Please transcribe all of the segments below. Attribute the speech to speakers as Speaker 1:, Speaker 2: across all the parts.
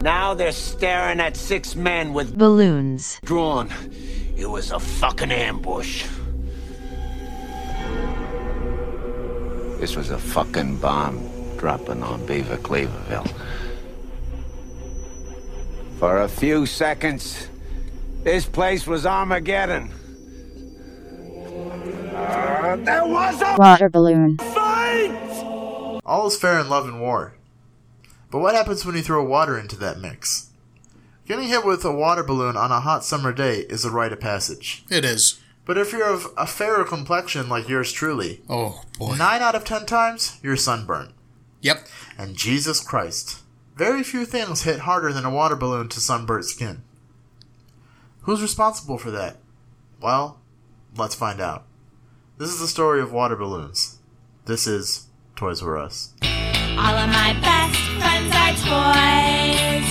Speaker 1: now they're staring at six men with
Speaker 2: balloons,
Speaker 1: drawn. It was a fucking ambush. This was a fucking bomb dropping on Beaver Cleaverville. For a few seconds, this place was Armageddon. Uh, there was a
Speaker 3: water balloon,
Speaker 1: fight!
Speaker 4: All is fair in love and war. But what happens when you throw water into that mix? Getting hit with a water balloon on a hot summer day is a rite of passage.
Speaker 5: It is.
Speaker 4: But if you're of a fairer complexion like yours truly,
Speaker 5: Oh boy.
Speaker 4: nine out of ten times you're sunburned.
Speaker 5: Yep.
Speaker 4: And Jesus Christ, very few things hit harder than a water balloon to sunburnt skin. Who's responsible for that? Well, let's find out. This is the story of water balloons. This is Toys R Us.
Speaker 6: All of my best friends are toys.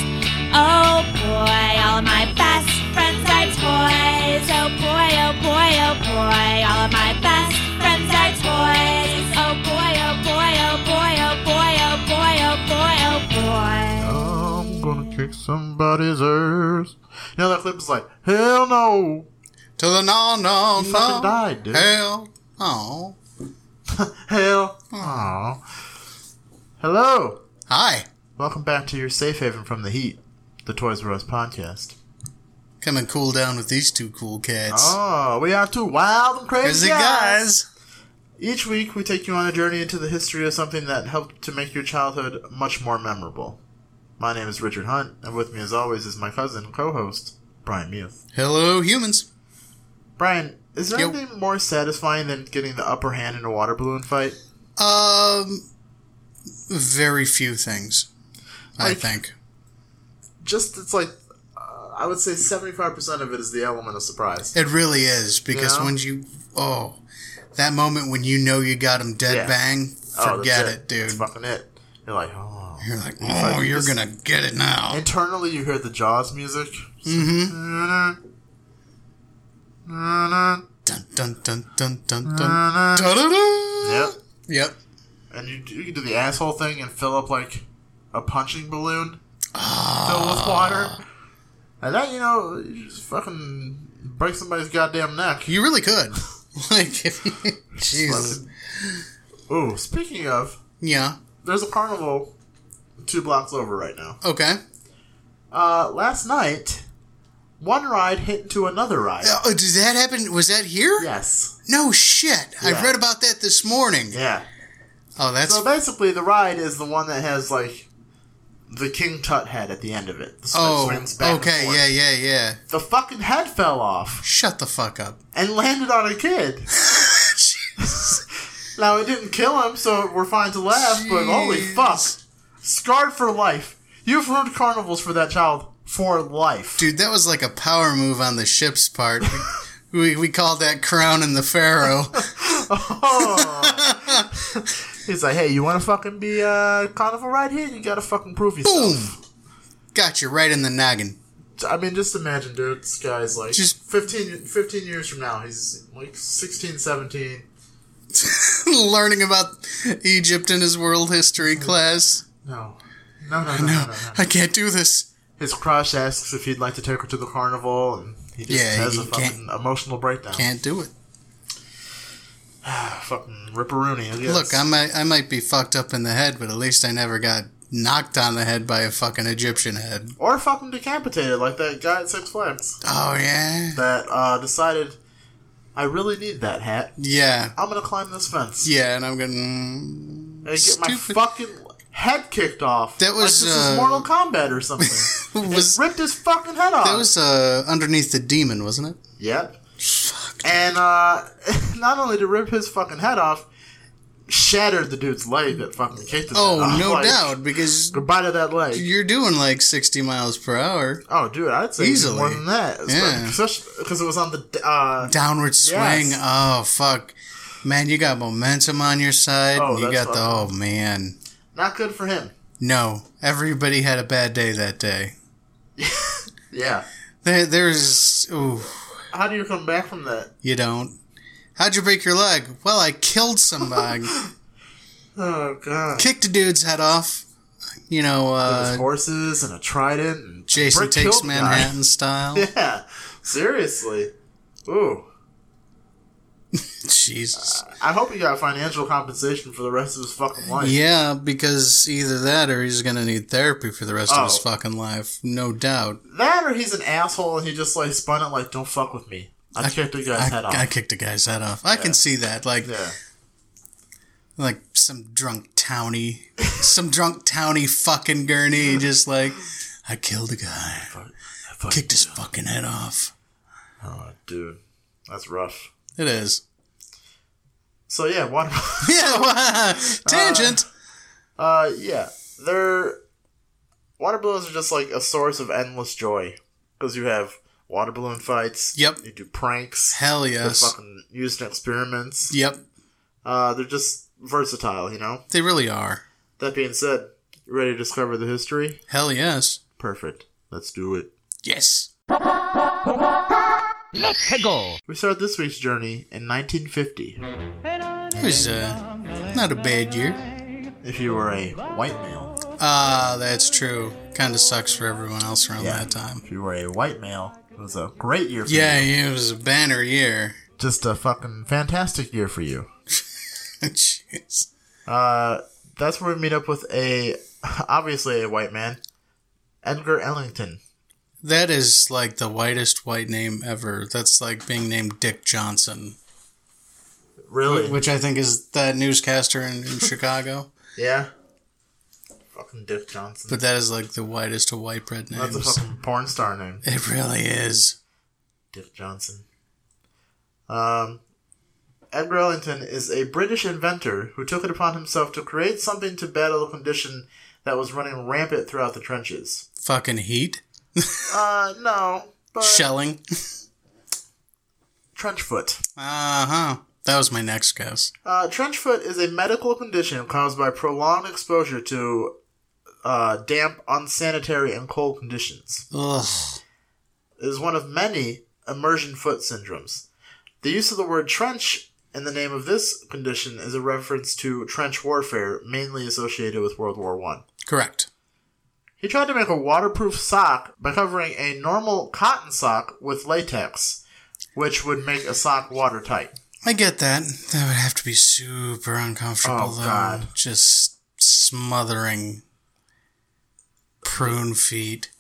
Speaker 6: Oh boy, all of my best friends are toys. Oh boy, oh boy, oh boy, all of my best friends are toys. Oh boy, oh boy, oh boy, oh boy, oh boy, oh boy, oh boy.
Speaker 4: I'm gonna kick somebody's ass. You know that clip is like, hell no.
Speaker 5: To the no no
Speaker 4: He
Speaker 5: no.
Speaker 4: fucking died, dude.
Speaker 5: Hell. Oh.
Speaker 4: Hell. Aww. Hello.
Speaker 5: Hi.
Speaker 4: Welcome back to your safe haven from the heat, the Toys R Us podcast.
Speaker 5: Come and cool down with these two cool cats.
Speaker 4: Oh, we are two wild and crazy
Speaker 5: Crazy
Speaker 4: guys.
Speaker 5: guys.
Speaker 4: Each week, we take you on a journey into the history of something that helped to make your childhood much more memorable. My name is Richard Hunt, and with me, as always, is my cousin, co-host Brian Muth.
Speaker 5: Hello, humans.
Speaker 4: Brian, is there
Speaker 5: Yo.
Speaker 4: anything more satisfying than getting the upper hand in a water balloon fight?
Speaker 5: Um, very few things. I
Speaker 4: Like-
Speaker 5: think.
Speaker 4: Just it's like uh, I would say seventy-five percent of it is the element of surprise.
Speaker 5: It really is because
Speaker 4: Yeah.
Speaker 5: when you oh, that moment when you know you got him dead
Speaker 4: Yeah. Oh,
Speaker 5: bang,
Speaker 4: that's
Speaker 5: forget it,
Speaker 4: That's
Speaker 5: dude.
Speaker 4: fucking it. You're like, oh.
Speaker 5: You're like, oh, you're
Speaker 4: Just-
Speaker 5: gonna get it now.
Speaker 4: Internally, you hear the Jaws music.
Speaker 5: Mm-hmm.
Speaker 4: Dun-dun,
Speaker 5: Dun dun dun dun dun dun.
Speaker 4: dun-dun.
Speaker 5: Da-da-da.
Speaker 4: Yep.
Speaker 5: Yep.
Speaker 4: and you, you can do the asshole thing and fill up like a punching balloon
Speaker 5: Ah.
Speaker 4: filled with water. And that, you know, you just fucking break somebody's goddamn neck.
Speaker 5: You really could. like, if you, Jesus.
Speaker 4: Ooh, speaking of,
Speaker 5: Yeah.
Speaker 4: there's a carnival two blocks over right now.
Speaker 5: Okay.
Speaker 4: Uh, last night, one ride hit into another ride.
Speaker 5: Uh, oh, did that happen? Was that here?
Speaker 4: Yes.
Speaker 5: No shit. I
Speaker 4: Yeah.
Speaker 5: read about that this morning.
Speaker 4: Yeah.
Speaker 5: Oh, that's
Speaker 4: So basically, the ride is the one that has like the King Tut head at the end of it. The swing-
Speaker 5: oh.
Speaker 4: swings back and
Speaker 5: Okay.
Speaker 4: forth.
Speaker 5: Yeah. Yeah. Yeah.
Speaker 4: The fucking head fell off
Speaker 5: Shut the fuck up.
Speaker 4: and landed on a kid. Now it didn't kill him, so we're fine to laugh. But holy
Speaker 5: Jeez.
Speaker 4: fuck, scarred for life. You've ruined carnivals for that child for life.
Speaker 5: Dude, that was like a power move on the ship's part. we, we called that Crown and the Pharaoh.
Speaker 4: He's like, hey, you want to fucking be a carnival right here? You gotta fucking prove yourself.
Speaker 5: Got you right in the noggin.
Speaker 4: I mean, just imagine, dude. This guy's like
Speaker 5: Just-
Speaker 4: 15, 15 years from now. He's like 16, 17.
Speaker 5: Learning about Egypt in his world history class.
Speaker 4: No. No, no, no, no, no,
Speaker 5: No,
Speaker 4: no.
Speaker 5: I can't do this.
Speaker 4: His crush asks if he'd like to take her to the carnival, and he just
Speaker 5: Yeah,
Speaker 4: has
Speaker 5: he
Speaker 4: a fucking emotional breakdown.
Speaker 5: Can't do it.
Speaker 4: Fucking ripperoony. I guess.
Speaker 5: Look, I might I might be fucked up in the head, but at least I never got knocked on the head by a fucking Egyptian head.
Speaker 4: Or fucking decapitated, like that guy at Six Flags
Speaker 5: Oh yeah.
Speaker 4: that uh, decided, I really need that hat.
Speaker 5: Yeah.
Speaker 4: I'm gonna climb this fence
Speaker 5: Yeah, and I'm gonna.
Speaker 4: and get my
Speaker 5: Stupid.
Speaker 4: fucking head kicked off.
Speaker 5: That was,
Speaker 4: like this is
Speaker 5: uh,
Speaker 4: Mortal Kombat or something.
Speaker 5: Was-
Speaker 4: it ripped his fucking head off.
Speaker 5: That was uh, underneath the demon, wasn't it?
Speaker 4: Yep. And uh, not only to rip his fucking head off, shattered the dude's leg that fucking kicked his head
Speaker 5: Oh,
Speaker 4: off.
Speaker 5: no
Speaker 4: Like,
Speaker 5: doubt, because
Speaker 4: Goodbye to that leg.
Speaker 5: you're doing like 60 miles per hour.
Speaker 4: Oh, dude, I'd say
Speaker 5: Easily.
Speaker 4: easily more than that.
Speaker 5: Yeah.
Speaker 4: Because it was on the uh,
Speaker 5: Downward swing. Oh, fuck. Man, you got momentum on your side.
Speaker 4: Oh,
Speaker 5: you
Speaker 4: that's
Speaker 5: got the. Oh, man.
Speaker 4: not good for him.
Speaker 5: No, everybody had a bad day that day.
Speaker 4: Yeah.
Speaker 5: There, there's. Ooh,
Speaker 4: How do you come back from that?
Speaker 5: you don't. How'd you break your leg? Well, I killed somebody.
Speaker 4: Oh god.
Speaker 5: Kicked a dude's head off. you know,
Speaker 4: There's
Speaker 5: uh,
Speaker 4: horses and a trident. And
Speaker 5: Jason
Speaker 4: brick
Speaker 5: Takes
Speaker 4: kilt guy.
Speaker 5: Manhattan style.
Speaker 4: Yeah, seriously. Ooh,
Speaker 5: Jesus.
Speaker 4: I hope he got financial compensation for the rest of his fucking life.
Speaker 5: Yeah, because either that or he's gonna need therapy for the rest of his
Speaker 4: Oh.
Speaker 5: fucking life, no doubt.
Speaker 4: That or he's an asshole and he just like spun it like, don't fuck with me. I, kicked the guy's
Speaker 5: I,
Speaker 4: head off.
Speaker 5: I kicked a guy's head off. I can see that, like,
Speaker 4: yeah.
Speaker 5: like some drunk townie, some drunk townie fucking gurney, just like, I killed a guy,
Speaker 4: I fucking-
Speaker 5: kicked his fucking head off.
Speaker 4: Oh, dude, that's rough.
Speaker 5: It is.
Speaker 4: So yeah, what?
Speaker 5: Yeah, wha- tangent.
Speaker 4: Uh, yeah, they're water balloons are just like a source of endless joy because you have water balloon fights.
Speaker 5: Yep.
Speaker 4: You do pranks.
Speaker 5: Hell
Speaker 4: They're
Speaker 5: yes.
Speaker 4: fucking used in experiments.
Speaker 5: Yep,
Speaker 4: Uh, they're just versatile, you know.
Speaker 5: they really are.
Speaker 4: That being said, you ready to discover the history?
Speaker 5: Hell yes.
Speaker 4: Perfect. Let's do it.
Speaker 5: Yes.
Speaker 4: We start this week's journey in 1950.
Speaker 5: It was uh, not a bad year.
Speaker 4: If you were a white male,
Speaker 5: Ah, that's true. Kind of sucks for everyone else around
Speaker 4: Yeah.
Speaker 5: that time.
Speaker 4: if you were a white male, it was a great year for
Speaker 5: Yeah,
Speaker 4: you.
Speaker 5: it was a banner year.
Speaker 4: Just a fucking fantastic year for you.
Speaker 5: Jeez.
Speaker 4: Uh, that's where we meet up with a obviously a white man, Edgar Ellington.
Speaker 5: That is like the whitest white name ever. That's like being named Dick Johnson,
Speaker 4: Really?
Speaker 5: which I think is that newscaster in, in Chicago.
Speaker 4: yeah. Fucking Dick Johnson.
Speaker 5: But that is like the whitest of white bread
Speaker 4: that's a
Speaker 5: names.
Speaker 4: fucking porn star name,
Speaker 5: It really is.
Speaker 4: Dick Johnson. Um, Edgar Ellington is a British inventor who took it upon himself to create something to battle a condition that was running rampant throughout the trenches.
Speaker 5: Fucking heat,
Speaker 4: Uh, no, but
Speaker 5: shelling.
Speaker 4: trench foot.
Speaker 5: Uh huh. That was my next guess.
Speaker 4: Uh, trench foot is a medical condition caused by prolonged exposure to uh, damp, unsanitary, and cold conditions.
Speaker 5: Ugh.
Speaker 4: It is one of many immersion foot syndromes. The use of the word trench in the name of this condition is a reference to trench warfare, mainly associated with World War One.
Speaker 5: Correct.
Speaker 4: He tried to make a waterproof sock by covering a normal cotton sock with latex, which would make a sock watertight.
Speaker 5: I get that. That would have to be super uncomfortable,
Speaker 4: Oh,
Speaker 5: though.
Speaker 4: God.
Speaker 5: Just smothering prune feet.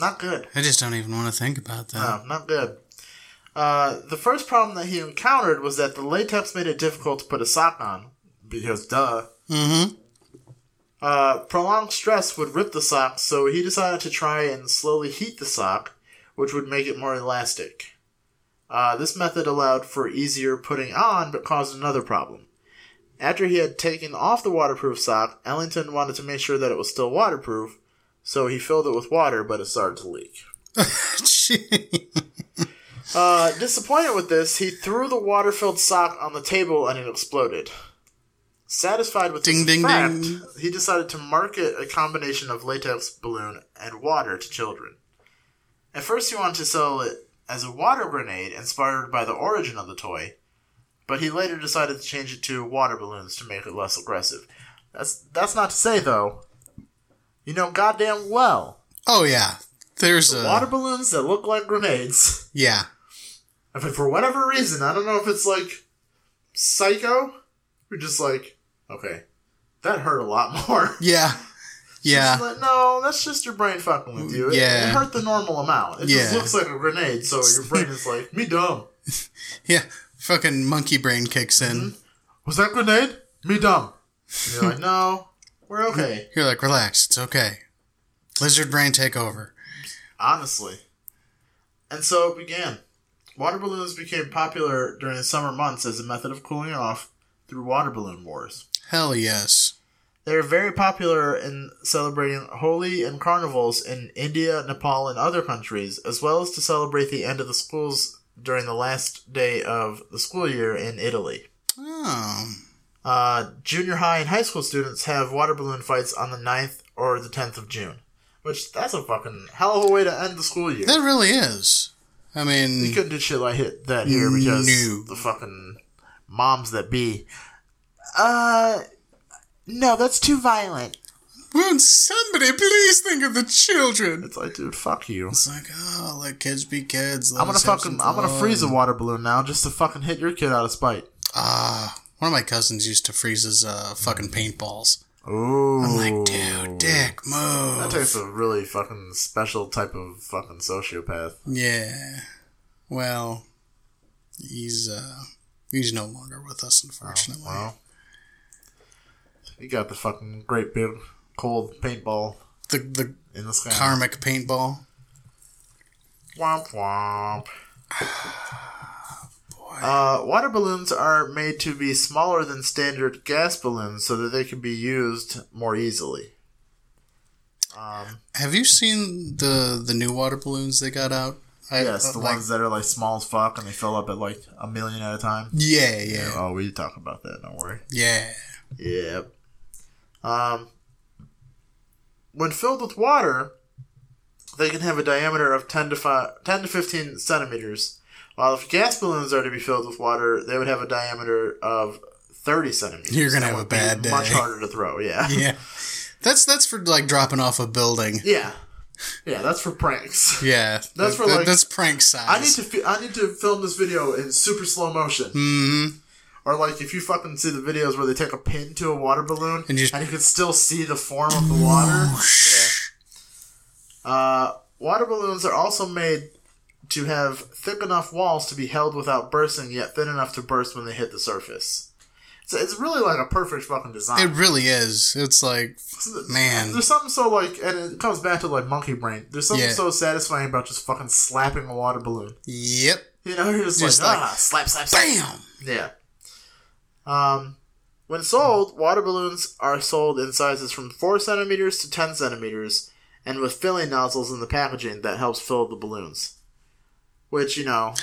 Speaker 4: Not good.
Speaker 5: I just don't even want to think about that.
Speaker 4: No, not good. Uh, the first problem that he encountered was that the latex made it difficult to put a sock on, because duh.
Speaker 5: Mm-hmm.
Speaker 4: Uh, prolonged stress would rip the sock, so he decided to try and slowly heat the sock, which would make it more elastic. Uh, this method allowed for easier putting on, but caused another problem. After he had taken off the waterproof sock, Ellington wanted to make sure that it was still waterproof, so he filled it with water, but it started to leak. Oh. Uh, disappointed with this, he threw the water filled sock on the table and it exploded. Satisfied with this
Speaker 5: Ding, ding,
Speaker 4: fact,
Speaker 5: ding.
Speaker 4: he decided to market a combination of latex balloon and water to children. At first, he wanted to sell it as a water grenade inspired by the origin of the toy, but he later decided to change it to water balloons to make it less aggressive. That's that's not to say though, you know goddamn well,
Speaker 5: oh yeah. There's a
Speaker 4: water balloons that look like grenades.
Speaker 5: yeah.
Speaker 4: I mean, for whatever reason, I don't know if it's like psycho, or just like, okay, that hurt a lot more.
Speaker 5: Yeah.
Speaker 4: It's
Speaker 5: Yeah.
Speaker 4: like, no, that's just your brain fucking with you. It- It,
Speaker 5: Yeah.
Speaker 4: hurt the normal amount. It just
Speaker 5: Yeah.
Speaker 4: looks like a grenade, so your brain is like, me dumb.
Speaker 5: Yeah. Fucking monkey brain kicks
Speaker 4: Mm-hmm.
Speaker 5: in.
Speaker 4: Was that grenade? Me dumb. And you're like, no, we're okay.
Speaker 5: You're like, relax, it's okay. Lizard brain take over.
Speaker 4: Honestly. And so it began. Water balloons became popular during the summer months as a method of cooling off through water balloon wars.
Speaker 5: Hell yes.
Speaker 4: They are very popular in celebrating Holi and carnivals in India, Nepal, and other countries, as well as to celebrate the end of the schools during the last day of the school year in Italy.
Speaker 5: Oh.
Speaker 4: Uh, junior high and high school students have water balloon fights on the 9th or the 10th of June, which that's a fucking hell of a way to end the school year.
Speaker 5: That really is. I mean
Speaker 4: You couldn't do shit like hit that here because
Speaker 5: No.
Speaker 4: the fucking moms that be. Uh, no, that's too violent.
Speaker 5: Won't somebody please think of the children?
Speaker 4: It's like, dude, fuck you.
Speaker 5: It's like, oh, let kids be kids. Let
Speaker 4: I'm gonna
Speaker 5: us have
Speaker 4: fucking
Speaker 5: some
Speaker 4: I'm gonna
Speaker 5: fun.
Speaker 4: freeze a water balloon now just to fucking hit your kid out of spite.
Speaker 5: Ah, one of my cousins used to freeze his uh, fucking paintballs.
Speaker 4: Ooh,
Speaker 5: I'm like, dude, dick, move.
Speaker 4: That takes a really fucking special type of fucking sociopath.
Speaker 5: yeah. Well, he's uh, he's no longer with us, unfortunately.
Speaker 4: Well, you got the fucking great big cold paintball
Speaker 5: The the
Speaker 4: in the sky.
Speaker 5: karmic paintball.
Speaker 4: Womp womp. Uh, water balloons are made to be smaller than standard gas balloons so that they can be used more easily.
Speaker 5: Have you seen the the new water balloons they got out? I, uh,
Speaker 4: Yes, the
Speaker 5: like-
Speaker 4: ones that are like small as fuck and they fill up at like a million at a time.
Speaker 5: Yeah, yeah,
Speaker 4: Oh, we talk about that, don't worry.
Speaker 5: yeah.
Speaker 4: Yep. Um, when filled with water, they can have a diameter of 10 to, fi 10 to 15 centimeters, while if gas balloons are to be filled with water, they would have a diameter of 30 centimeters.
Speaker 5: You're gonna
Speaker 4: That
Speaker 5: have a
Speaker 4: would be
Speaker 5: bad day.
Speaker 4: Much harder to throw, yeah.
Speaker 5: yeah, That's that's for like dropping off a building.
Speaker 4: Yeah, yeah that's for pranks.
Speaker 5: Yeah,
Speaker 4: That's for, like-
Speaker 5: that's prank size.
Speaker 4: I need to fi- I need to film this video in super slow motion. Mm-hmm. Or like if you fucking see the videos where they take a pin to a water balloon
Speaker 5: And
Speaker 4: and,
Speaker 5: just-
Speaker 4: you can still see the form of the water. Yeah. Uh, water balloons are also made to have thick enough walls to be held without bursting, yet thin enough to burst when they hit the surface. So it's really like a perfect fucking
Speaker 5: It
Speaker 4: design.
Speaker 5: really is. It's like, man,
Speaker 4: There's something so like, and it comes back to like monkey brain. There's something
Speaker 5: Yeah.
Speaker 4: so satisfying about just fucking slapping a water balloon.
Speaker 5: yep,
Speaker 4: You know, you're just,
Speaker 5: Just
Speaker 4: like,
Speaker 5: like,
Speaker 4: ah, slap, slap, slap.
Speaker 5: bam.
Speaker 4: Yeah. Um, when sold, water balloons are sold in sizes from 4 centimeters to 10 centimeters, and with filling nozzles in the packaging that helps fill the balloons. Which, you know,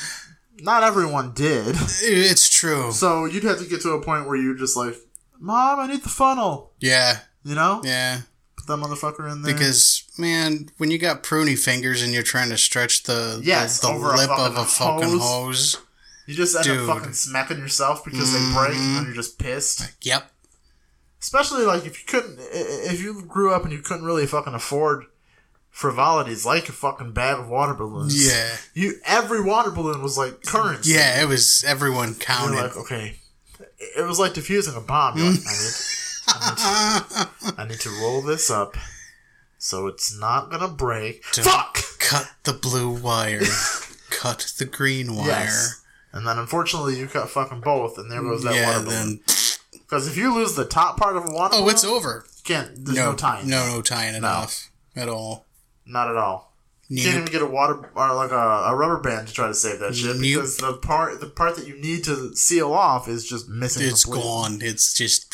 Speaker 4: not everyone did.
Speaker 5: It's true.
Speaker 4: So you'd have to get to a point where you're just like, Mom, I need the funnel.
Speaker 5: Yeah,
Speaker 4: You know?
Speaker 5: yeah.
Speaker 4: Put that motherfucker in there.
Speaker 5: Because man, when you got pruny fingers and you're trying to stretch the the-
Speaker 4: Yes,
Speaker 5: the,
Speaker 4: over a
Speaker 5: lip of a
Speaker 4: fucking
Speaker 5: fucking
Speaker 4: hose.
Speaker 5: hose.
Speaker 4: you just end
Speaker 5: dude. Mm-hmm.
Speaker 4: up fucking smacking yourself because they break and then you're just pissed.
Speaker 5: Yep.
Speaker 4: especially like if you couldn't i- i- if you grew up and you couldn't really fucking afford frivolities like a fucking bag of water balloons
Speaker 5: Yeah.
Speaker 4: you every water balloon was like currency
Speaker 5: Yeah. It was everyone
Speaker 4: you're
Speaker 5: counted.
Speaker 4: like okay it was like defusing a bomb You're like, I, need, I, need to, I need to roll this up so it's not gonna break fuck
Speaker 5: Cut the blue wire. cut the green wire.
Speaker 4: yes and then unfortunately you cut fucking both and there goes that
Speaker 5: yeah.
Speaker 4: water balloon
Speaker 5: Then
Speaker 4: because if you lose the top part of a water
Speaker 5: oh,
Speaker 4: balloon
Speaker 5: it's over.
Speaker 4: you can't there's no, tying
Speaker 5: No, no tying it off at all.
Speaker 4: not at all You can't
Speaker 5: Neither,
Speaker 4: even get a water or like a, a rubber band to try to save that shit
Speaker 5: Nope.
Speaker 4: because the part the part that you need to seal off is just missing.
Speaker 5: it's
Speaker 4: completely.
Speaker 5: gone. It's just.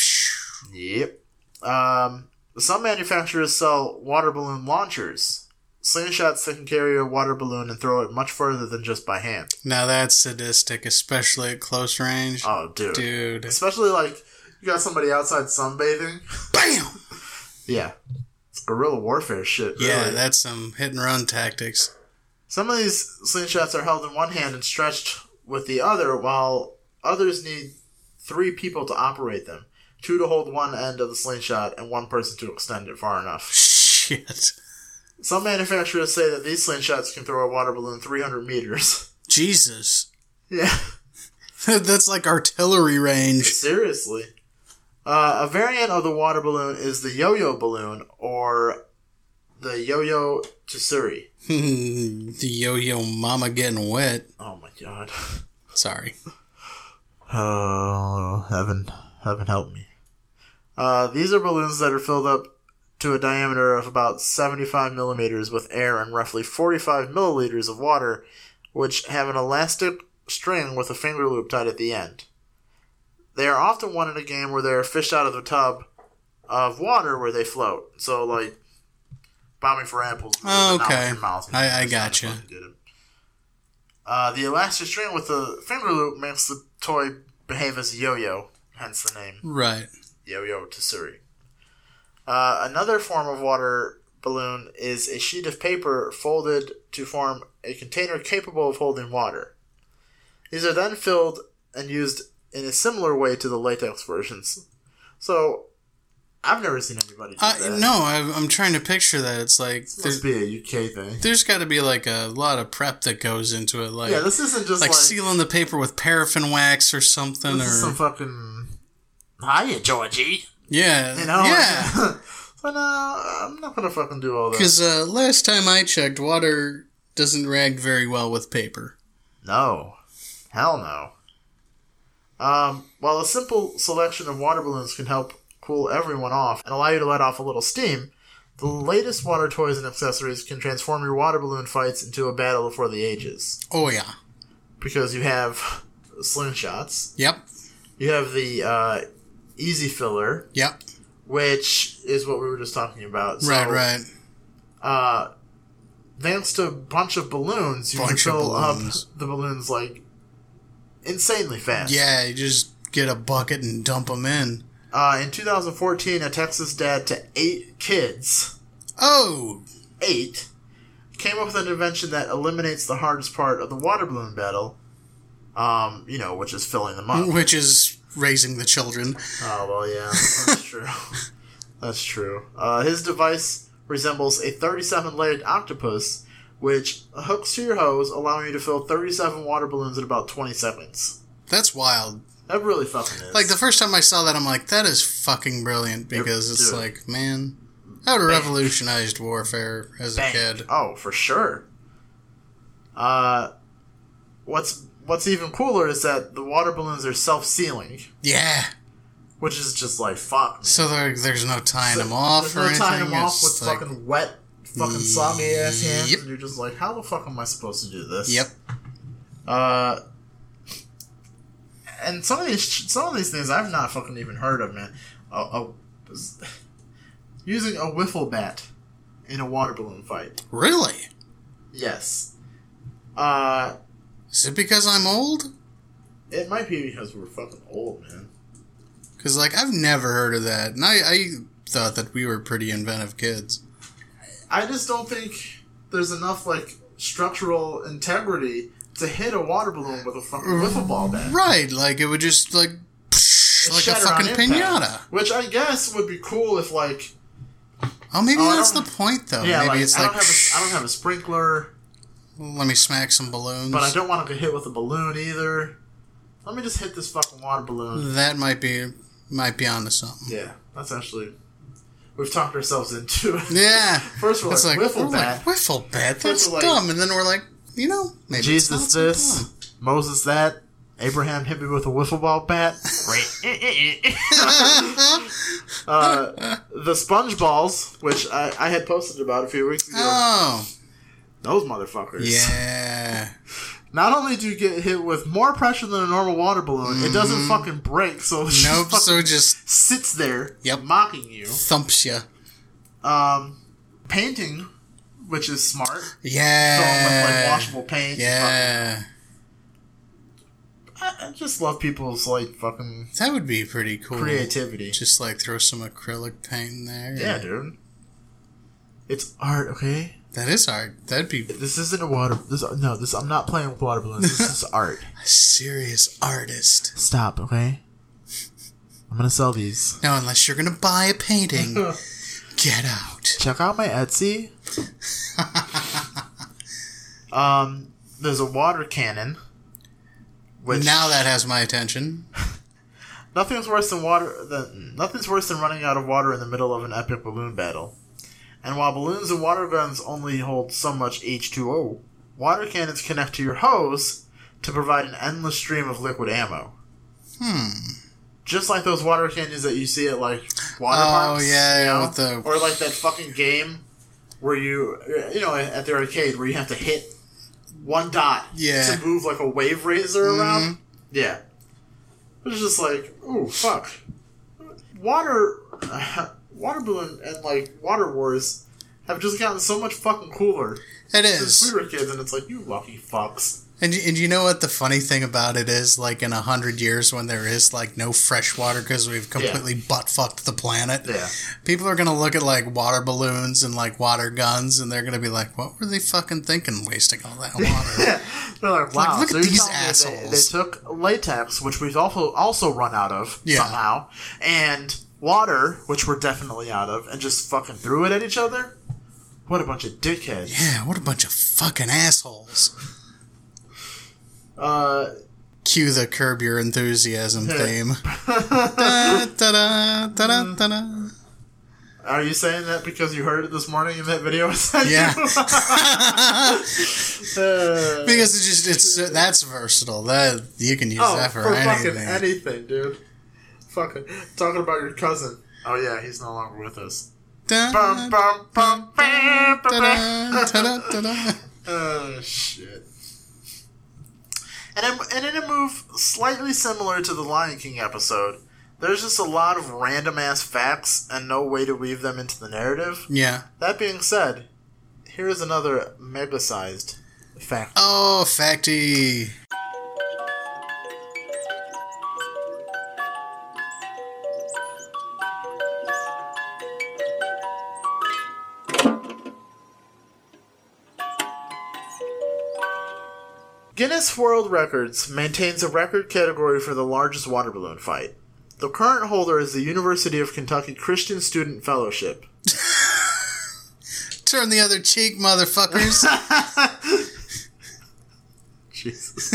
Speaker 4: Yep. Um, some manufacturers sell water balloon launchers, slingshots that can carry a water balloon and throw it much further than just by hand.
Speaker 5: Now that's sadistic, especially at close range.
Speaker 4: Oh, dude.
Speaker 5: Dude.
Speaker 4: Especially like you got somebody outside sunbathing.
Speaker 5: Bam!
Speaker 4: Yeah. It's guerrilla warfare shit.
Speaker 5: Yeah,
Speaker 4: really.
Speaker 5: that's some hit and run tactics.
Speaker 4: Some of these slingshots are held in one hand and stretched with the other, while others need three people to operate them two to hold one end of the slingshot and one person to extend it far enough.
Speaker 5: Shit.
Speaker 4: Some manufacturers say that these slingshots can throw a water balloon 300 meters.
Speaker 5: Jesus.
Speaker 4: yeah,
Speaker 5: that's like artillery range.
Speaker 4: seriously. Uh, a variant of the water balloon is the yo yo balloon or the yo yo Tsuri.
Speaker 5: the yo yo mama getting wet.
Speaker 4: Oh my god.
Speaker 5: Sorry.
Speaker 4: Oh, heaven, heaven help me. Uh, these are balloons that are filled up to a diameter of about 75 millimeters with air and roughly 45 milliliters of water, which have an elastic string with a finger loop tied at the end. They are often won in a game where they are fished out of the tub of water where they float. So, like, bombing for apples. but
Speaker 5: Oh,
Speaker 4: not with
Speaker 5: okay.
Speaker 4: your mouth.
Speaker 5: I- I
Speaker 4: That's not
Speaker 5: gotcha.
Speaker 4: the fucking good. Uh, the elastic string with the finger loop makes the toy behave as a yo-yo, hence the name
Speaker 5: Right.
Speaker 4: yo-yo Tsuri. Uh, another form of water balloon is a sheet of paper folded to form a container capable of holding water. These are then filled and used in a similar way to the latex versions. So, I've never seen anybody do
Speaker 5: I,
Speaker 4: that.
Speaker 5: Uh, no, I, I'm trying to picture that. It's like
Speaker 4: This must
Speaker 5: there's,
Speaker 4: be a UK thing.
Speaker 5: there's got to be like a lot of prep that goes into it, like
Speaker 4: yeah, this isn't just
Speaker 5: like,
Speaker 4: like,
Speaker 5: sealing the paper with paraffin wax or something, or
Speaker 4: this is some fucking hiya, Georgie.
Speaker 5: yeah,
Speaker 4: You know?
Speaker 5: yeah.
Speaker 4: so no, I'm not gonna fucking do all that.
Speaker 5: Because uh, last time I checked, water doesn't react very well with paper.
Speaker 4: No, hell no. Um, while a simple selection of water balloons can help cool everyone off and allow you to let off a little steam, the latest water toys and accessories can transform your water balloon fights into a battle for the ages.
Speaker 5: Oh yeah,
Speaker 4: Because you have slingshots,
Speaker 5: yep,
Speaker 4: you have the uh, easy filler,
Speaker 5: yep,
Speaker 4: which is what we were just talking about. So,
Speaker 5: right, right.
Speaker 4: Uh, thanks to a bunch of balloons, you
Speaker 5: Bunch
Speaker 4: can
Speaker 5: of
Speaker 4: fill up
Speaker 5: balloons.
Speaker 4: the balloons like insanely fast.
Speaker 5: Yeah, you just get a bucket and dump them in.
Speaker 4: Uh, in 2014, a Texas dad to eight kids,
Speaker 5: Oh,
Speaker 4: eight, came up with an invention that eliminates the hardest part of the water balloon battle. Um, you know, which is filling them up.
Speaker 5: which is raising the children.
Speaker 4: Oh well, yeah, that's true. that's true. Uh, his device resembles a 37-legged octopus, which hooks to your hose, allowing you to fill 37 water balloons in about 20 seconds.
Speaker 5: That's wild.
Speaker 4: That really fucking is.
Speaker 5: Like the first time I saw that, I'm like, that is fucking brilliant because it's
Speaker 4: dude.
Speaker 5: like, man, that would have revolutionized warfare as a
Speaker 4: Bang.
Speaker 5: kid.
Speaker 4: Oh, for sure. Uh, what's what's even cooler is that the water balloons are self-sealing,
Speaker 5: Yeah.
Speaker 4: which is just like fuck. Man.
Speaker 5: So there, there's no tying them off
Speaker 4: There's
Speaker 5: or
Speaker 4: no
Speaker 5: anything.
Speaker 4: tying them off
Speaker 5: It's
Speaker 4: with
Speaker 5: like,
Speaker 4: fucking wet, fucking sloppy ass hands,
Speaker 5: Yep.
Speaker 4: and you're just like, how the fuck am I supposed to do this?
Speaker 5: Yep.
Speaker 4: Uh, and some of these sh- some of these things I've not fucking even heard of, man. A, a, using a wiffle bat in a water balloon fight.
Speaker 5: Really?
Speaker 4: Yes. Uh,
Speaker 5: Is it because I'm old?
Speaker 4: It might be because we're fucking old, man.
Speaker 5: Because like I've never heard of that, and I, I thought that we were pretty inventive kids.
Speaker 4: I just don't think there's enough like structural integrity to hit a water balloon with a fucking
Speaker 5: Mm.
Speaker 4: wiffle ball bat.
Speaker 5: Right? Like it would just like psh,
Speaker 4: It
Speaker 5: like a
Speaker 4: shatter on
Speaker 5: fucking
Speaker 4: impact,
Speaker 5: pinata.
Speaker 4: which I guess would be cool if like
Speaker 5: Oh, maybe
Speaker 4: Oh, I
Speaker 5: that's the
Speaker 4: don't-
Speaker 5: point though.
Speaker 4: yeah,
Speaker 5: maybe
Speaker 4: like,
Speaker 5: it's
Speaker 4: I
Speaker 5: like
Speaker 4: don't have a, I don't have a sprinkler,
Speaker 5: let me smack some balloons.
Speaker 4: but I don't want to get hit with a balloon either. Let me just hit this fucking water balloon.
Speaker 5: That might be might be onto something.
Speaker 4: Yeah, that's actually we've talked ourselves into. it.
Speaker 5: Yeah.
Speaker 4: First we're
Speaker 5: It's
Speaker 4: like,
Speaker 5: like
Speaker 4: wiffle
Speaker 5: we're
Speaker 4: bat.
Speaker 5: like, wiffle bat. That's
Speaker 4: Wiffle, like-
Speaker 5: dumb. And then we're like, you know, maybe it's not
Speaker 4: Jesus
Speaker 5: so
Speaker 4: this,
Speaker 5: dumb.
Speaker 4: Moses that, Abraham hit me with a wiffle ball bat. Eh, Right. uh, the sponge balls, which I, I had posted about a few weeks ago.
Speaker 5: Oh
Speaker 4: Those motherfuckers.
Speaker 5: yeah.
Speaker 4: Not only do you get hit with more pressure than a normal water balloon, it doesn't fucking break, so it just
Speaker 5: Mm-hmm. Nope.
Speaker 4: fucking
Speaker 5: So just
Speaker 4: sits there
Speaker 5: Yep.
Speaker 4: mocking you.
Speaker 5: thumps you.
Speaker 4: Um, painting, which is smart. So with like
Speaker 5: Yeah.
Speaker 4: washable paint.
Speaker 5: Yeah.
Speaker 4: I, I just love people's like fucking
Speaker 5: That would be pretty cool.
Speaker 4: creativity.
Speaker 5: Just like throw some acrylic paint in there.
Speaker 4: Yeah, dude. It's art, okay?
Speaker 5: That is art. That'd be
Speaker 4: This isn't a water. This no. This I'm not playing with water balloons. This is art.
Speaker 5: a serious artist.
Speaker 4: Stop, okay? I'm gonna sell these.
Speaker 5: Now, unless you're gonna buy a painting, get out.
Speaker 4: Check out my Etsy. um, there's a water cannon. Which
Speaker 5: Now that has my attention.
Speaker 4: nothing's worse than water. Than, nothing's worse than running out of water in the middle of an epic balloon battle. And while balloons and water guns only hold so much H2O, water cannons connect to your hose to provide an endless stream of liquid ammo.
Speaker 5: Hmm.
Speaker 4: just like those water cannons that you see at like water
Speaker 5: Oh,
Speaker 4: parks.
Speaker 5: yeah,
Speaker 4: you
Speaker 5: yeah,
Speaker 4: know?
Speaker 5: with the-
Speaker 4: or like that fucking game where you you know at the arcade where you have to hit one dot
Speaker 5: Yeah.
Speaker 4: to move like a wave razor around. Yeah, it's just like ooh fuck, water water balloon and like water wars have just gotten so much fucking cooler
Speaker 5: It
Speaker 4: since
Speaker 5: is.
Speaker 4: we were kids, and it's like you lucky fucks.
Speaker 5: And, you- and you know what the funny thing about it is? Like in a hundred years, when there is like no fresh water because we've completely butt fucked the planet,
Speaker 4: Yeah.
Speaker 5: people are gonna look at like water balloons and like water guns, and they're gonna be like, "What were they fucking thinking, wasting all that water?"
Speaker 4: They're like, wow,
Speaker 5: look at
Speaker 4: so you're
Speaker 5: these
Speaker 4: telling me They, they
Speaker 5: assholes.
Speaker 4: took latex, which we've also also run out of
Speaker 5: Yeah.
Speaker 4: somehow, and water, which we're definitely out of, and just fucking threw it at each other? What a bunch of dickheads.
Speaker 5: Yeah, what a bunch of fucking assholes.
Speaker 4: Uh,
Speaker 5: Cue the curb your enthusiasm
Speaker 4: Hmm.
Speaker 5: theme. da, da, da, da, da, da.
Speaker 4: are you saying that because you heard it this morning in that video I sent
Speaker 5: Yeah.
Speaker 4: you? Uh,
Speaker 5: Because it's just it's that's versatile. That you can use
Speaker 4: oh,
Speaker 5: that for,
Speaker 4: for
Speaker 5: anything.
Speaker 4: fucking anything, dude. Fucking talking about your cousin. Oh yeah, he's no longer with us.
Speaker 5: Da,
Speaker 4: Bum, bum, bum, bam, bam, bam.
Speaker 5: da, da, da, da.
Speaker 4: Oh shit. And, I'm, and in a move slightly similar to the Lion King episode, there's just a lot of random ass facts and no way to weave them into the narrative.
Speaker 5: Yeah.
Speaker 4: That being said, here is another mega sized fact. Uh,
Speaker 5: Oh, facty.
Speaker 4: Guinness World Records maintains a record category for the largest water balloon fight. The current holder is the University of Kentucky Christian Student Fellowship.
Speaker 5: Turn the other cheek, motherfuckers.
Speaker 4: Jesus.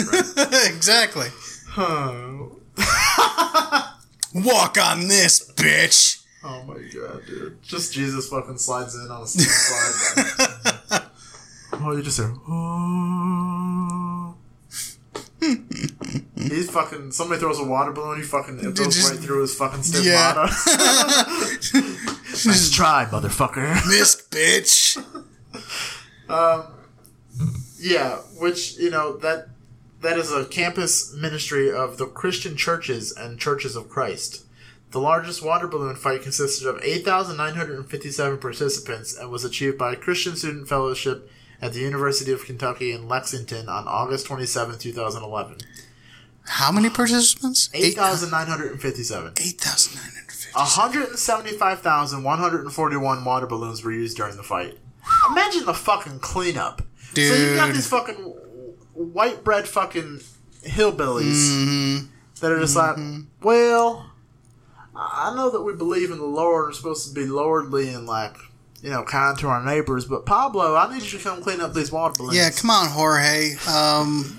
Speaker 5: exactly. Walk on this, bitch.
Speaker 4: Oh my god, dude. Just Jesus fucking slides in on a steel slide. oh, you just hear. "Oh." He's fucking. Somebody throws a water balloon, he fucking. It goes
Speaker 5: just-
Speaker 4: right through his fucking
Speaker 5: Yeah.
Speaker 4: stigmata. nice try, motherfucker.
Speaker 5: This bitch.
Speaker 4: Yeah, which, you know, that. That is a campus ministry of the Christian churches and Churches of Christ. The largest water balloon fight consisted of 8,957 participants and was achieved by Christian Student Fellowship at the University of Kentucky in Lexington on August 27, 2011.
Speaker 5: How many participants?
Speaker 4: 8,957.
Speaker 5: 8,950.
Speaker 4: 175,141 water balloons were used during the fight. Imagine the fucking cleanup. So you've got
Speaker 5: Dude.
Speaker 4: these fucking w- white bread fucking hillbillies
Speaker 5: Mm-hmm.
Speaker 4: that are just like, well, I I know that we believe in the Lord and are supposed to be lordly and like, you know, kind to our neighbors, but Pablo, I need you to come clean up these water balloons.
Speaker 5: Yeah, come on, Jorge. Um,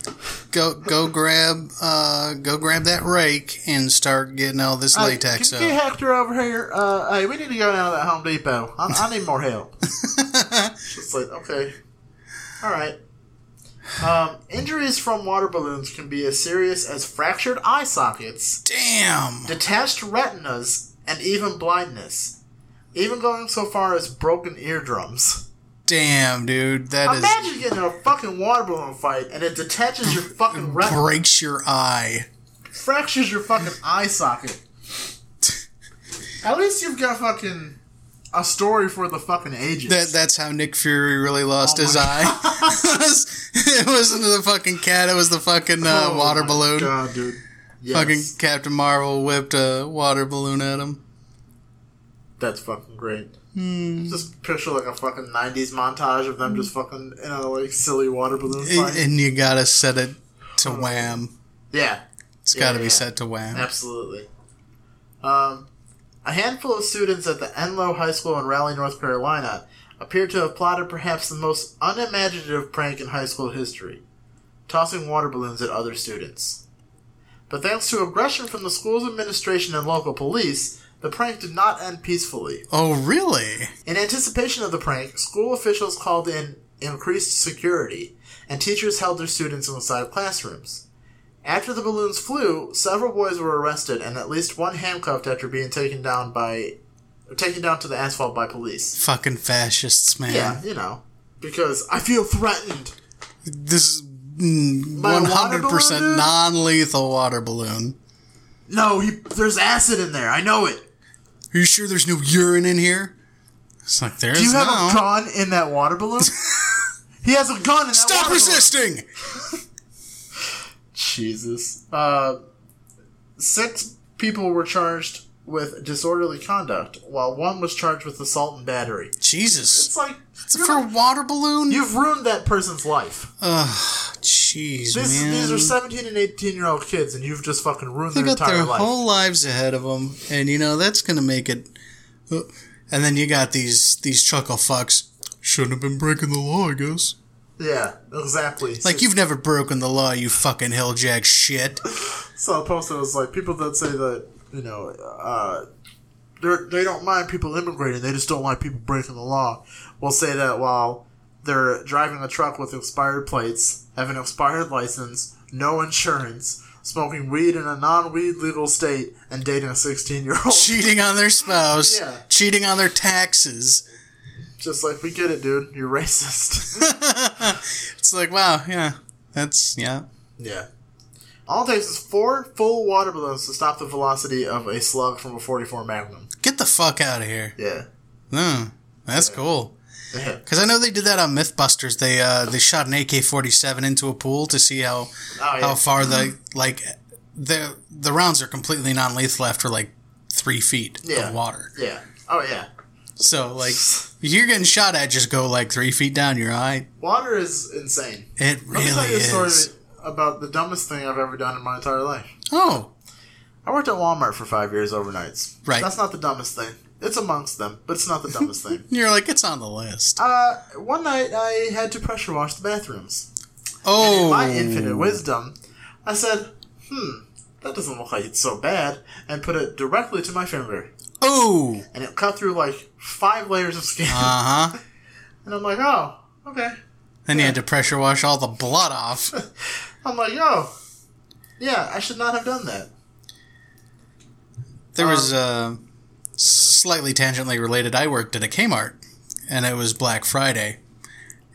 Speaker 5: go go grab uh, go grab that rake and start getting all this
Speaker 4: Hey,
Speaker 5: latex
Speaker 4: Uh, Can
Speaker 5: up.
Speaker 4: you get Hector over here? Uh, hey, we need to go down to that Home Depot. I, I need more help. Just like, okay. All right. Um, injuries from water balloons can be as serious as fractured eye sockets,
Speaker 5: Damn.
Speaker 4: detached retinas, and even blindness. Even going so far as broken eardrums.
Speaker 5: Damn, dude. That is
Speaker 4: Imagine getting in a fucking water balloon fight and it detaches your fucking retina,
Speaker 5: breaks your eye.
Speaker 4: fractures your fucking eye socket. At least you've got fucking a story for the fucking ages.
Speaker 5: That that's how Nick Fury really lost
Speaker 4: Oh
Speaker 5: his eye. it wasn't the fucking cat. It was the fucking uh,
Speaker 4: Oh
Speaker 5: water
Speaker 4: my
Speaker 5: balloon.
Speaker 4: God, dude. Yes.
Speaker 5: Fucking Captain Marvel whipped a water balloon at him.
Speaker 4: That's fucking great.
Speaker 5: Hmm.
Speaker 4: Just picture like a fucking '90s montage of them just fucking in a like silly water balloon fight.
Speaker 5: And, and you gotta set it to wham.
Speaker 4: yeah,
Speaker 5: It's gotta
Speaker 4: Yeah,
Speaker 5: be
Speaker 4: yeah.
Speaker 5: set to wham.
Speaker 4: absolutely. Um, a handful of students at the Enloe High School in Raleigh, North Carolina, appear to have plotted perhaps the most unimaginative prank in high school history: tossing water balloons at other students. But thanks to aggression from the school's administration and local police, the prank did not end peacefully.
Speaker 5: Oh, really?
Speaker 4: In anticipation of the prank, school officials called in increased security, and teachers held their students inside classrooms. After the balloons flew, several boys were arrested and at least one handcuffed after being taken down by taken down to the asphalt by police.
Speaker 5: Fucking fascists, man.
Speaker 4: Yeah, you know, because I feel threatened.
Speaker 5: This is mm,
Speaker 4: By a
Speaker 5: one
Speaker 4: water
Speaker 5: hundred
Speaker 4: balloon?
Speaker 5: percent non-lethal water balloon.
Speaker 4: No, he, there's acid in there. I know it.
Speaker 5: Are you sure there's no urine in here? It's like there's
Speaker 4: Do you have
Speaker 5: now.
Speaker 4: a gun in that water balloon? he has a gun in that water
Speaker 5: Stop
Speaker 4: balloon.
Speaker 5: resisting.
Speaker 4: Jesus. Uh, six people were charged with disorderly conduct, while one was charged with assault and battery.
Speaker 5: Jesus.
Speaker 4: It's like
Speaker 5: It's
Speaker 4: you're
Speaker 5: for a
Speaker 4: like-
Speaker 5: water balloon?
Speaker 4: you've ruined that person's life.
Speaker 5: Ugh, Jeez,
Speaker 4: This,
Speaker 5: man.
Speaker 4: these are 17 and 18 year old kids, and you've just fucking ruined
Speaker 5: they
Speaker 4: their
Speaker 5: got
Speaker 4: entire
Speaker 5: their
Speaker 4: life.
Speaker 5: whole lives ahead of them, and you know that's gonna make it. uh, And then you got these these chuckle fucks. Shouldn't have been breaking the law, I guess.
Speaker 4: Yeah, exactly.
Speaker 5: Like you've never broken the law, you fucking hilljack shit.
Speaker 4: saw a post that was like people that say that you know uh, they're they don't mind people immigrating, they just don't like people breaking the law. Will say that while they're driving a truck with expired plates, have an expired license, no insurance, smoking weed in a non-weed legal state, and dating a sixteen-year-old.
Speaker 5: Cheating on their spouse,
Speaker 4: Yeah.
Speaker 5: cheating on their taxes.
Speaker 4: Just like we get it, dude. You're racist.
Speaker 5: It's like wow, yeah, that's yeah.
Speaker 4: yeah. All it takes is four full water balloons to stop the velocity of a slug from a 44 Magnum.
Speaker 5: Get the fuck out of here.
Speaker 4: Yeah.
Speaker 5: Hmm, that's cool.
Speaker 4: Yeah.
Speaker 5: Because I know they did that on MythBusters. They uh, they shot an AK forty seven into a pool to see how
Speaker 4: Oh, yeah.
Speaker 5: how far the like the the rounds are completely non lethal after like three feet
Speaker 4: Yeah.
Speaker 5: of water.
Speaker 4: Yeah. Oh, yeah.
Speaker 5: So like you're getting shot at, just go like three feet down. You're all right.
Speaker 4: Water is insane.
Speaker 5: It
Speaker 4: Let me tell
Speaker 5: really
Speaker 4: you a story
Speaker 5: is.
Speaker 4: about the dumbest thing I've ever done in my entire life.
Speaker 5: Oh,
Speaker 4: I worked at Walmart for five years overnights.
Speaker 5: Right.
Speaker 4: That's not the dumbest thing. It's amongst them, but it's not the dumbest thing.
Speaker 5: you're like it's on the list.
Speaker 4: Uh, one night I had to pressure wash the bathrooms.
Speaker 5: oh,
Speaker 4: In my infinite wisdom, I said, hmm, that doesn't look like it's so bad, and put it directly to my finger.
Speaker 5: oh,
Speaker 4: And it cut through like five layers of skin.
Speaker 5: uh huh.
Speaker 4: and I'm like, oh, okay.
Speaker 5: Then you had to pressure wash all the blood off.
Speaker 4: I'm like, yo, yeah, I should not have done that.
Speaker 5: There was uh, slightly tangentially related. I worked at a Kmart, and it was Black Friday,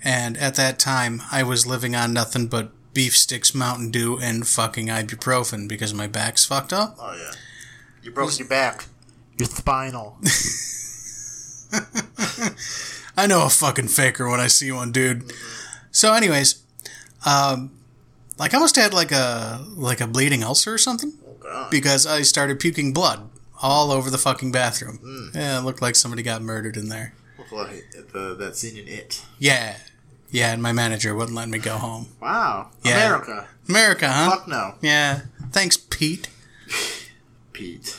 Speaker 5: and at that time I was living on nothing but beef sticks, Mountain Dew, and fucking ibuprofen because my back's fucked up.
Speaker 4: Oh yeah, you broke your back, your spinal.
Speaker 5: I know a fucking faker when I see one, dude. So, anyways, um, like I must have had like a like a bleeding ulcer or something because I started puking blood all over the fucking bathroom. Yeah, it looked like somebody got murdered in there.
Speaker 4: Look like the, that scene in It.
Speaker 5: Yeah. Yeah, and my manager wouldn't let me go home.
Speaker 4: Wow,
Speaker 5: Yeah.
Speaker 4: America.
Speaker 5: America, huh?
Speaker 4: Fuck no,
Speaker 5: Yeah. Thanks, Pete.
Speaker 4: Pete.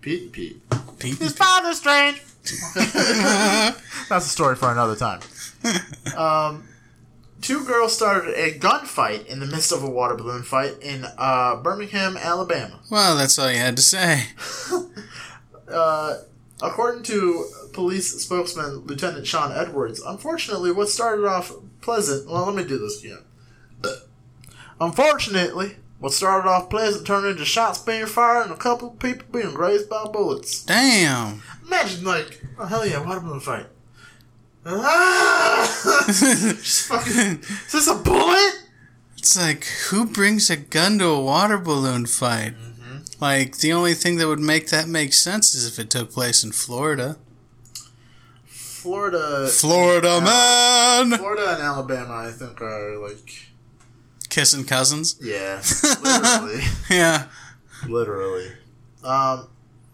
Speaker 4: Pete and Pete.
Speaker 5: Pete.
Speaker 4: Father Strange. That's a story for another time. Um, two girls started a gunfight in the midst of a water balloon fight in uh, Birmingham, Alabama.
Speaker 5: Well, that's all you had to say.
Speaker 4: According to police spokesman Lieutenant Sean Edwards, unfortunately, what started off pleasant. Well, let me do this again. Unfortunately, what started off pleasant turned into shots being fired and a couple of people being grazed by bullets.
Speaker 5: Damn.
Speaker 4: Imagine, like, oh, hell yeah, water balloon fight. Ah! Just fucking, is this a bullet?
Speaker 5: It's like, who brings a gun to a water balloon fight? Like, the only thing that would make that make sense is if it took place in Florida.
Speaker 4: Florida,
Speaker 5: Florida man!
Speaker 4: Florida and Alabama, I think, are like,
Speaker 5: Kissing cousins?
Speaker 4: yeah, literally.
Speaker 5: Yeah.
Speaker 4: Literally. Um,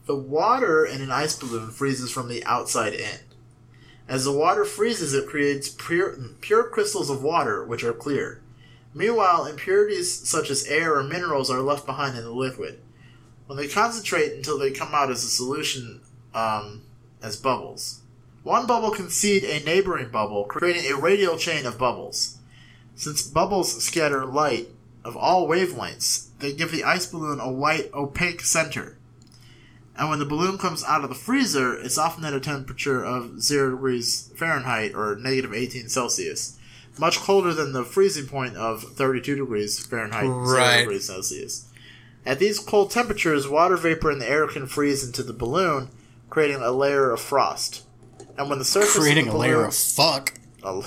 Speaker 4: the water in an ice balloon freezes from the outside in. As the water freezes, it creates pure, pure crystals of water, which are clear. Meanwhile, impurities such as air or minerals are left behind in the liquid. When they concentrate until they come out as a solution, um, as bubbles. One bubble can seed a neighboring bubble, creating a radial chain of bubbles. Since bubbles scatter light of all wavelengths, they give the ice balloon a white, opaque center. And when the balloon comes out of the freezer, it's often at a temperature of 0 degrees Fahrenheit or negative 18 Celsius, much colder than the freezing point of 32 degrees Fahrenheit, 0
Speaker 5: Right.
Speaker 4: degrees Celsius. At these cold temperatures, water vapor in the air can freeze into the balloon, creating a layer of frost. And when the surface of
Speaker 5: Creating a
Speaker 4: the
Speaker 5: layer
Speaker 4: balloon-
Speaker 5: of fuck.
Speaker 4: a,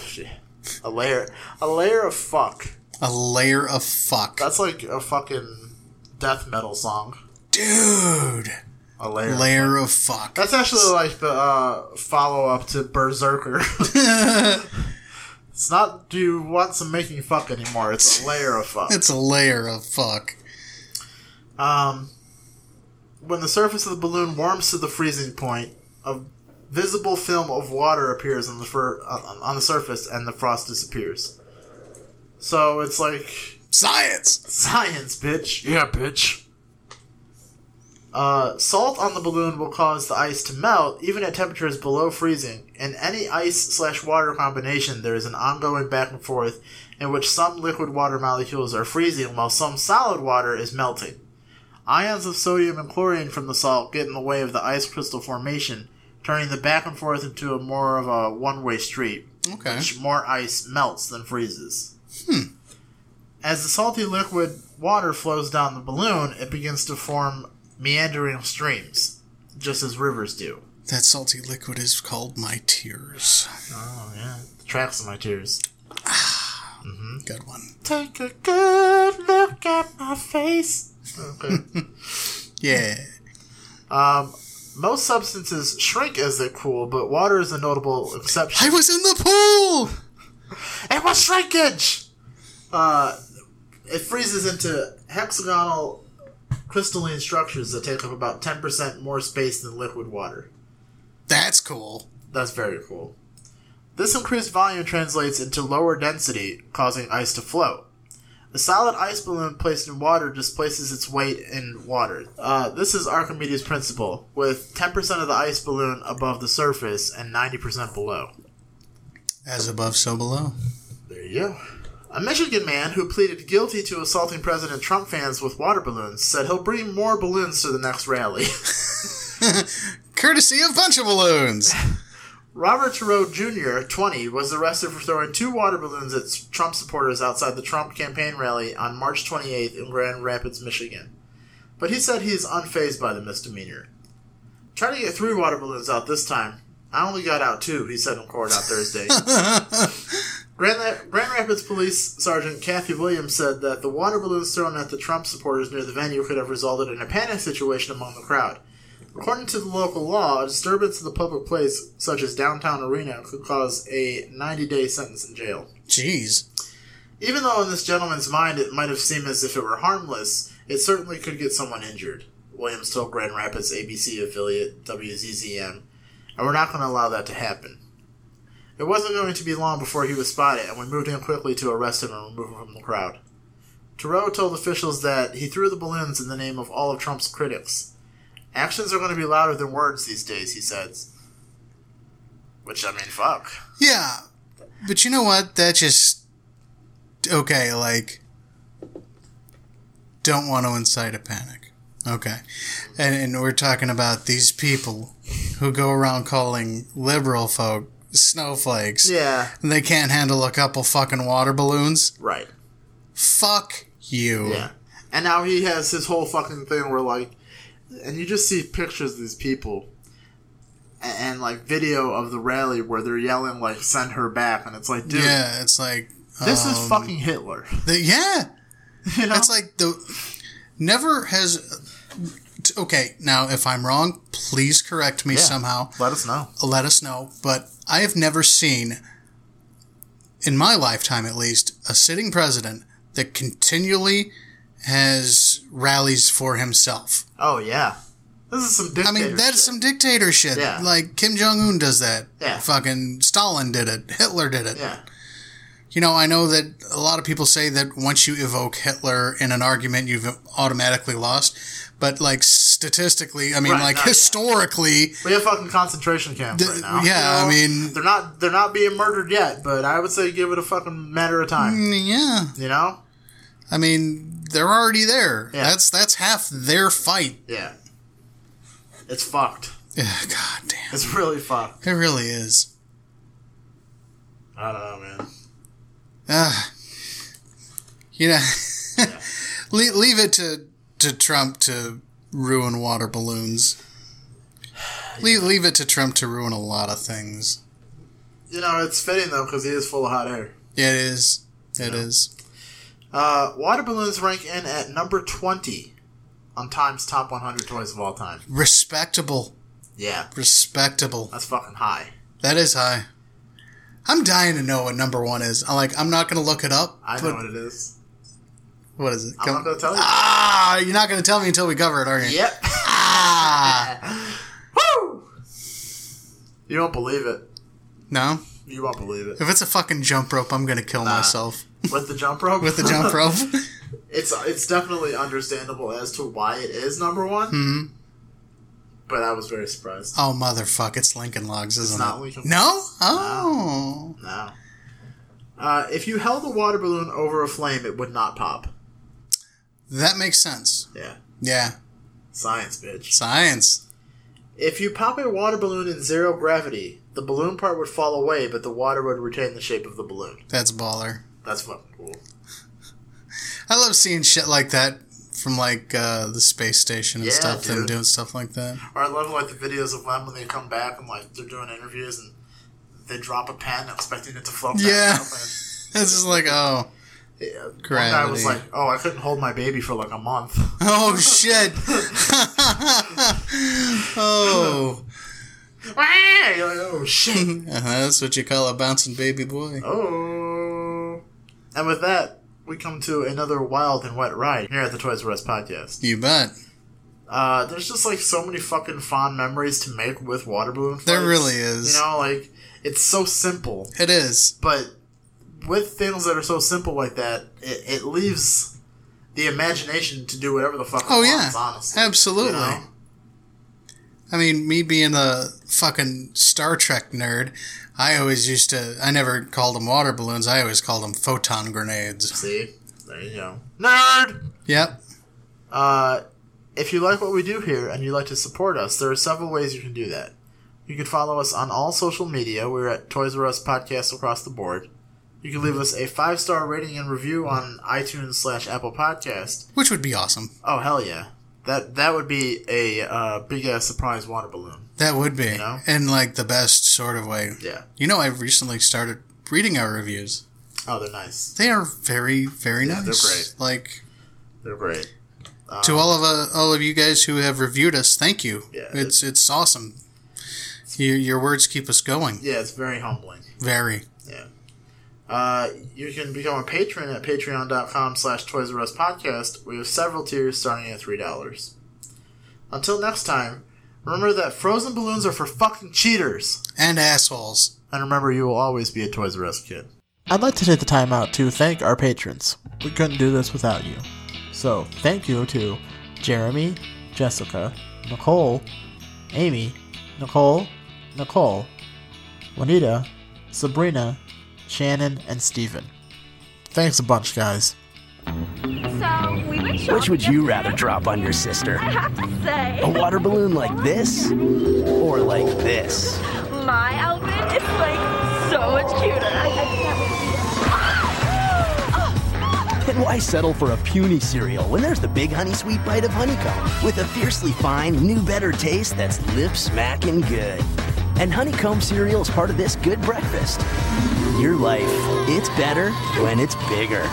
Speaker 4: a layer a layer of fuck
Speaker 5: A layer of fuck.
Speaker 4: that's like a fucking death metal song
Speaker 5: Dude.
Speaker 4: a layer
Speaker 5: Layer of fuck.
Speaker 4: that's actually like the uh, follow-up to berserker it's not do you want some making fuck anymore it's a layer of fuck
Speaker 5: It's a layer of fuck.
Speaker 4: Um, when the surface of the balloon warms to the freezing point, a visible film of water appears on the fur, uh, on the surface, and the frost disappears. So it's like
Speaker 5: Science.
Speaker 4: Science, bitch. Yeah, bitch. Uh, salt on the balloon will cause the ice to melt, even at temperatures below freezing. In any ice slash water combination, there is an ongoing back and forth in which some liquid water molecules are freezing while some solid water is melting. Ions of sodium and chlorine from the salt get in the way of the ice crystal formation, turning the back and forth into a more of a one way street
Speaker 5: Okay.
Speaker 4: much more ice melts than freezes. As the salty liquid water flows down the balloon, it begins to form meandering streams, just as rivers do.
Speaker 5: That salty liquid is called my tears.
Speaker 4: Oh, yeah. The tracks of my tears.
Speaker 5: Good one.
Speaker 4: Take a good look at my face. Okay.
Speaker 5: Yeah.
Speaker 4: Most substances shrink as they cool, but water is a notable exception.
Speaker 5: I was in the pool.
Speaker 4: It was shrinkage! Uh, it freezes into hexagonal crystalline structures that take up about 10% more space than liquid water.
Speaker 5: That's cool.
Speaker 4: That's very cool. This increased volume translates into lower density, causing ice to float. A solid ice balloon placed in water displaces its weight in water. Uh, this is Archimedes' principle, with 10% of the ice balloon above the surface and 90% below.
Speaker 5: As above, so below.
Speaker 4: There you go. A Michigan man who pleaded guilty to assaulting President Trump fans with water balloons said he'll bring more balloons to the next rally.
Speaker 5: Courtesy of Bunch of Balloons.
Speaker 4: Robert Thoreau Jr., 20, was arrested for throwing two water balloons at s- Trump supporters outside the Trump campaign rally on March 28th in Grand Rapids, Michigan. But he said he is unfazed by the misdemeanor. Try to get three water balloons out this time. I only got out two, he said in court on Thursday. Grand, La- Grand Rapids Police Sergeant Kathy Williams said that the water balloons thrown at the Trump supporters near the venue could have resulted in a panic situation among the crowd. According to the local law, a disturbance in the public place, such as downtown arena, could cause a 90 day sentence in jail.
Speaker 5: Jeez.
Speaker 4: Even though in this gentleman's mind it might have seemed as if it were harmless, it certainly could get someone injured. Williams told Grand Rapids ABC affiliate WZZM, and we're not going to allow that to happen. It wasn't going to be long before he was spotted, and we moved in quickly to arrest him and remove him from the crowd. Thoreau told officials that he threw the balloons in the name of all of Trump's critics. Actions are going to be louder than words these days, he says. Which, I mean, fuck.
Speaker 5: Yeah. But you know what? That just. Okay, like. Don't want to incite a panic. Okay. And, and we're talking about these people who go around calling liberal folk snowflakes.
Speaker 4: Yeah.
Speaker 5: And they can't handle a couple fucking water balloons.
Speaker 4: Right.
Speaker 5: Fuck you.
Speaker 4: Yeah. And now he has his whole fucking thing where like and you just see pictures of these people a- and, like video of the rally where they're yelling like send her back and it's like dude
Speaker 5: Yeah, it's like.
Speaker 4: this
Speaker 5: um,
Speaker 4: is fucking Hitler.
Speaker 5: The, yeah.
Speaker 4: You know?
Speaker 5: That's like the never has. t- Okay, now if I'm wrong, please correct me
Speaker 4: Yeah.
Speaker 5: somehow.
Speaker 4: Let us know.
Speaker 5: Let us know. But I have never seen, in my lifetime at least, a sitting president that continually has rallies for himself.
Speaker 4: Oh yeah. This is some
Speaker 5: I
Speaker 4: dictator
Speaker 5: mean, that's
Speaker 4: shit.
Speaker 5: some dictator shit.
Speaker 4: Yeah.
Speaker 5: Like Kim Jong Un does that.
Speaker 4: Yeah.
Speaker 5: Fucking Stalin did it. Hitler did it.
Speaker 4: Yeah.
Speaker 5: You know, I know that a lot of people say that once you evoke Hitler in an argument, you've automatically lost. But like statistically, I mean,
Speaker 4: Right,
Speaker 5: like
Speaker 4: not yet.
Speaker 5: historically,
Speaker 4: We have fucking concentration camps
Speaker 5: The-
Speaker 4: right now.
Speaker 5: yeah, I mean-
Speaker 4: they're not they're not being murdered yet, but I would say give it a fucking matter of time.
Speaker 5: Mm. yeah.
Speaker 4: You know?
Speaker 5: I mean, they're already there.
Speaker 4: Yeah.
Speaker 5: That's that's half their fight.
Speaker 4: Yeah. It's fucked.
Speaker 5: Ugh, God damn,
Speaker 4: It's really fucked.
Speaker 5: it really is.
Speaker 4: I don't know, man.
Speaker 5: Ugh. you know, Le- leave it to to Trump to ruin water balloons. Leave, leave it to Trump to ruin a lot of things.
Speaker 4: You know, it's fitting though because he is full of hot air.
Speaker 5: It is. It is.
Speaker 4: Uh, water balloons rank in at number twenty on Time's top 100 toys of all time.
Speaker 5: Respectable.
Speaker 4: Yeah,
Speaker 5: Respectable.
Speaker 4: that's fucking high.
Speaker 5: That is high. I'm dying to know what number one is. I'm like, I'm not gonna look it up.
Speaker 4: I
Speaker 5: but-
Speaker 4: know what it is.
Speaker 5: What is it?
Speaker 4: I'm not gonna tell you.
Speaker 5: Ah, you're not gonna tell me until we cover it, are you?
Speaker 4: Yep.
Speaker 5: Ah,
Speaker 4: Woo! You won't believe it.
Speaker 5: no.
Speaker 4: You won't believe it.
Speaker 5: If it's a fucking jump rope, I'm gonna kill myself
Speaker 4: With the jump rope,
Speaker 5: with the jump rope.
Speaker 4: it's it's definitely understandable as to why it is number one.
Speaker 5: Mhm.
Speaker 4: But I was very surprised.
Speaker 5: oh motherfuck! It's Lincoln Logs, isn't it?
Speaker 4: not Lincoln
Speaker 5: No. Oh.
Speaker 4: No. Uh, if you held a water balloon over a flame, it would not pop.
Speaker 5: That makes sense.
Speaker 4: Yeah,
Speaker 5: Yeah.
Speaker 4: science, bitch.
Speaker 5: Science.
Speaker 4: If you pop a water balloon in zero gravity, the balloon part would fall away, but the water would retain the shape of the balloon.
Speaker 5: That's baller.
Speaker 4: That's fucking cool.
Speaker 5: I love seeing shit like that from like uh, the space station and
Speaker 4: Yeah,
Speaker 5: stuff. Them
Speaker 4: dude.
Speaker 5: doing stuff like that.
Speaker 4: Or I love like the videos of them when they come back and like they're doing interviews and they drop a pen expecting it to float. back
Speaker 5: Yeah.
Speaker 4: up and-
Speaker 5: It's just like oh
Speaker 4: Yeah, one guy
Speaker 5: Gravity.
Speaker 4: was like, "Oh, I couldn't hold my baby for like a month."
Speaker 5: oh shit. oh. Uh-huh,
Speaker 4: You're like, oh shit.
Speaker 5: That's what you call a bouncing baby boy.
Speaker 4: oh. And with that, we come to another wild and wet ride here at the Toys R Us podcast.
Speaker 5: You bet.
Speaker 4: Uh, there's just like so many fucking fond memories to make with water balloon. Fights.
Speaker 5: There really is.
Speaker 4: You know, like it's so simple,
Speaker 5: It is.
Speaker 4: but with things that are so simple like that, it, it leaves the imagination to do whatever the fuck. it
Speaker 5: Oh yeah.
Speaker 4: wants, honestly.
Speaker 5: Absolutely.
Speaker 4: You know?
Speaker 5: I mean, me being a fucking Star Trek nerd, I always used to I never called them water balloons. I always called them photon grenades.
Speaker 4: See, there you go, nerd.
Speaker 5: Yep.
Speaker 4: Uh, if you like what we do here and you'd like to support us, there are several ways you can do that. You can follow us on all social media. We're at Toys R Us Podcast across the board. You can leave us a five star rating and review on iTunes slash Apple Podcast.
Speaker 5: Which would be awesome.
Speaker 4: Oh hell yeah, that that would be a uh, big ass surprise water balloon.
Speaker 5: That would be.
Speaker 4: know?
Speaker 5: In like the best sort of way.
Speaker 4: Yeah.
Speaker 5: You know, I've recently started reading our reviews.
Speaker 4: Oh, they're nice.
Speaker 5: They are very, very
Speaker 4: Yeah,
Speaker 5: nice.
Speaker 4: they're great.
Speaker 5: Like
Speaker 4: They're great.
Speaker 5: to all of uh, all of you guys who have reviewed us, thank you.
Speaker 4: Yeah,
Speaker 5: it's it's awesome. Your your words keep us going.
Speaker 4: Yeah, it's very humbling.
Speaker 5: Very.
Speaker 4: Yeah. Uh, you can become a patron at patreon.com slash Toys R Us podcast. We have several tiers starting at $3. Until next time, remember that frozen balloons are for fucking cheaters.
Speaker 5: And assholes.
Speaker 4: And remember, you will always be a Toys R Us kid. I'd like to take the time out to thank our patrons. We couldn't do this without you. So, thank you to Jeremy, Jessica, Nicole, Amy, Nicole, Nicole, Juanita, Sabrina, Shannon, and Steven. Thanks a bunch, guys.
Speaker 2: So we went shopping.
Speaker 3: Which would you
Speaker 2: yesterday.
Speaker 3: rather drop on your sister?
Speaker 2: I have to say,
Speaker 3: A water balloon like this? Or like this?
Speaker 2: my outfit is like so much cuter. I, I can't wait to see it. Ah!
Speaker 3: Then why settle for a puny cereal when there's the big honey sweet bite of honeycomb with a fiercely fine, new better taste that's lip smacking good. And honeycomb cereal is part of this good breakfast. Your life, it's better when it's bigger.